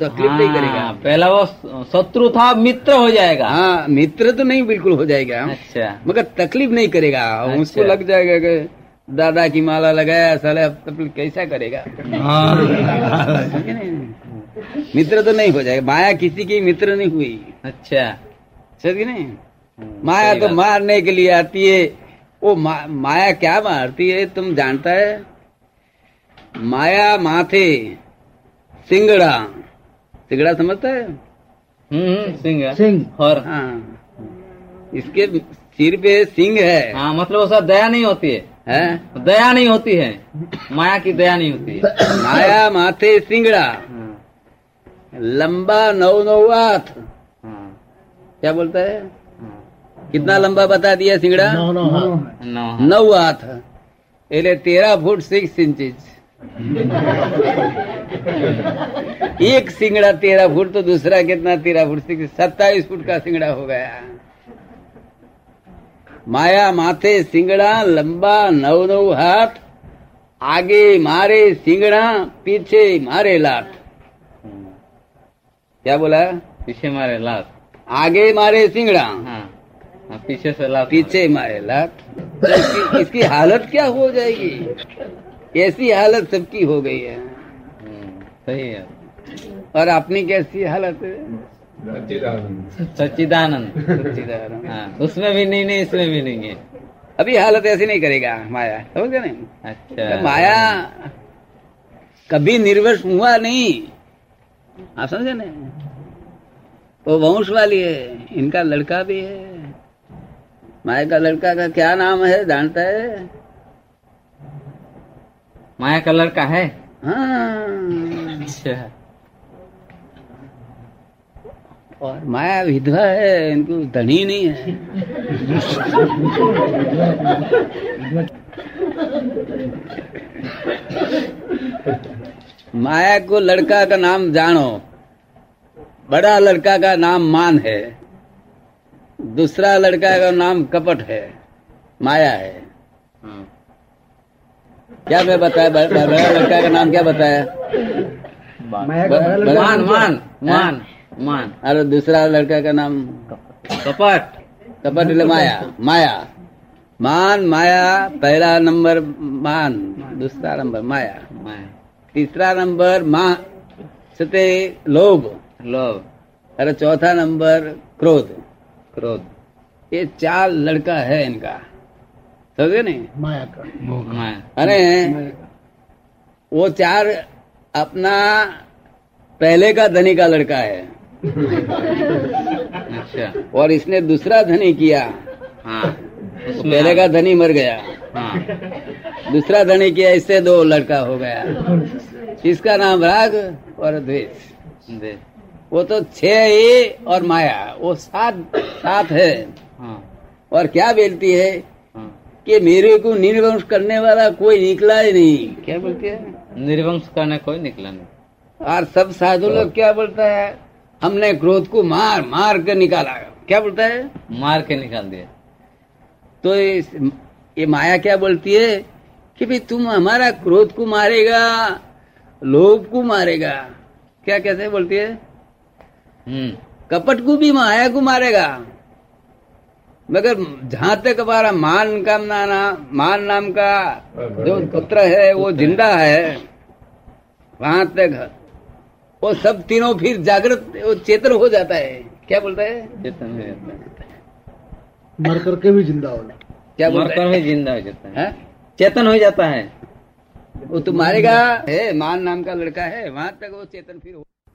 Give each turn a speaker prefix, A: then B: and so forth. A: तकलीफ नहीं करेगा
B: हाँ,
A: आपको।
B: पहला वो शत्रु था अब मित्र हो जाएगा
A: हाँ मित्र तो नहीं बिल्कुल हो जाएगा
B: अच्छा
A: मगर तकलीफ नहीं करेगा
B: अच्छा।
A: उसको लग जाएगा कि दादा की माला लगाया साले अब तकलीफ कैसा करेगा है कि नहीं? मित्र तो नहीं हो जाएगा माया किसी की मित्र नहीं हुई
B: अच्छा
A: समझ गए नहीं माया
B: सही
A: तो
B: बात।
A: मारने के लिए आती है वो मा, माया क्या मारती है तुम जानता है माया माथे सिंगड़ा सिंगड़ा समझता है
B: हम्म, हम्म, सिंह
C: सिंह।
B: और
A: हाँ इसके सिर पे सिंह है
B: हाँ मतलब उसका दया नहीं होती है
A: हैं?
B: दया नहीं होती है माया की दया नहीं होती है
A: माया माथे सिंगड़ा
B: हाँ,
A: लंबा नौ नौ हाथ
B: हाँ,
A: क्या बोलता है
B: हाँ।
A: कितना लंबा बता दिया सिंगड़ा
C: नो नो हाँ।
B: नौ हाथ।
A: નવ હાથ એટલે તેરા ફૂટ સિક્સ ઇન્ચીસ एक सिंगड़ा तेरह फुट तो दूसरा कितना तेरह फुट सिक्स सत्ताईस फुट का सिंगड़ा हो गया माया माथे सिंगड़ा लंबा नव नव हाथ आगे मारे सिंगड़ा पीछे मारे लात क्या बोला
B: पीछे मारे लात
A: आगे मारे सिंगड़ा
B: हाँ हाँ, पीछे से लात
A: पीछे मारे लात तो इसकी, इसकी हालत क्या हो जाएगी ऐसी हालत सबकी हो गई है
B: मारे। हम्म, सही है
A: और अपनी कैसी हालत है
B: सच्चिदानंद
A: सच्ची बता रहा हूँ।
B: हाँ, उसमें भी नहीं नहीं इसमें भी नहीं है
A: अभी हालत ऐसी नहीं करेगा माया समझ गए नहीं
B: अच्छा
A: माया कभी निर्वश हुआ नहीं आप समझे ना वो वंश वाली है इनका लड़का भी है माया का लड़का का क्या नाम है जानता है
B: माया कलर का है
A: हाँ
B: अच्छा
A: और माया विधवा है इनको धनी नहीं है माया को लड़का का नाम जानो बड़ा लड़का का नाम मान है दूसरा लड़का का नाम कपट है माया है
B: हाँ,
A: क्या मैं बताया ब- ब- बड़ा लड़का का नाम क्या बताया
C: माया का
A: बस-
C: बड़ा लड़का
B: मान मान
A: है?
B: मान
A: हाँ।
B: मान
A: और दूसरा लड़का का नाम
B: कपट
A: કપટ એટલે માયા માયા માન માયા પહેલા નંબર માન દૂસરા નંબર માયા
B: माया
A: तीसरा नंबर मा સતે લોભ
B: लोभ
A: અને ચોથા નंबर ક્રોध
B: क्रोध
A: એ ચાર લડકા હે इनका સમજે ને
C: माया का
B: माया
A: અને वो चार अपना पहले का धनी का लड़का है
B: अच्छा
A: और इसने दूसरा धनी किया
B: हाँ
A: तो
B: उसमें
A: पहले का धनी मर गया
B: हाँ
A: दूसरा धनी किया इससे दो लड़का हो गया इसका नाम राग और द्वेष
B: दे
A: वो तो छह ही और माया वो सात सात है
B: हाँ
A: और क्या बोलती है
B: हाँ
A: कि मेरे को निर्वंश करने वाला कोई निकला ही नहीं क्या बोलती है
B: निर्वंश करने कोई निकला नहीं
A: और सब साधु लोग क्या बोलता है हमने क्रोध को मार मार कर निकाला क्या बोलता है
B: मार के निकाल दिया
A: तो इस, ये माया क्या बोलती है कि भाई तुम हमारा क्रोध को मारेगा लोभ को मारेगा क्या कहते हैं बोलती है
B: हम्म
A: कपट को भी माया को मारेगा मगर जहां तक हमारा मान का नाना मान नाम का जो पुत्र है वो जिंदा है वहां तक वो सब तीनों फिर जागृत वो चेतन हो जाता है क्या बोलता है
B: चेतन में रहता है
C: मर करके भी जिंदा होना
A: क्या बोलता
B: मरकर
A: है हाँ?
B: भी जिंदा हो जाता है
A: हैं?
B: चेतन हो जाता है
A: वो तो मारेगा है मान नाम का लड़का है वहां तक वो चेतन फिर हो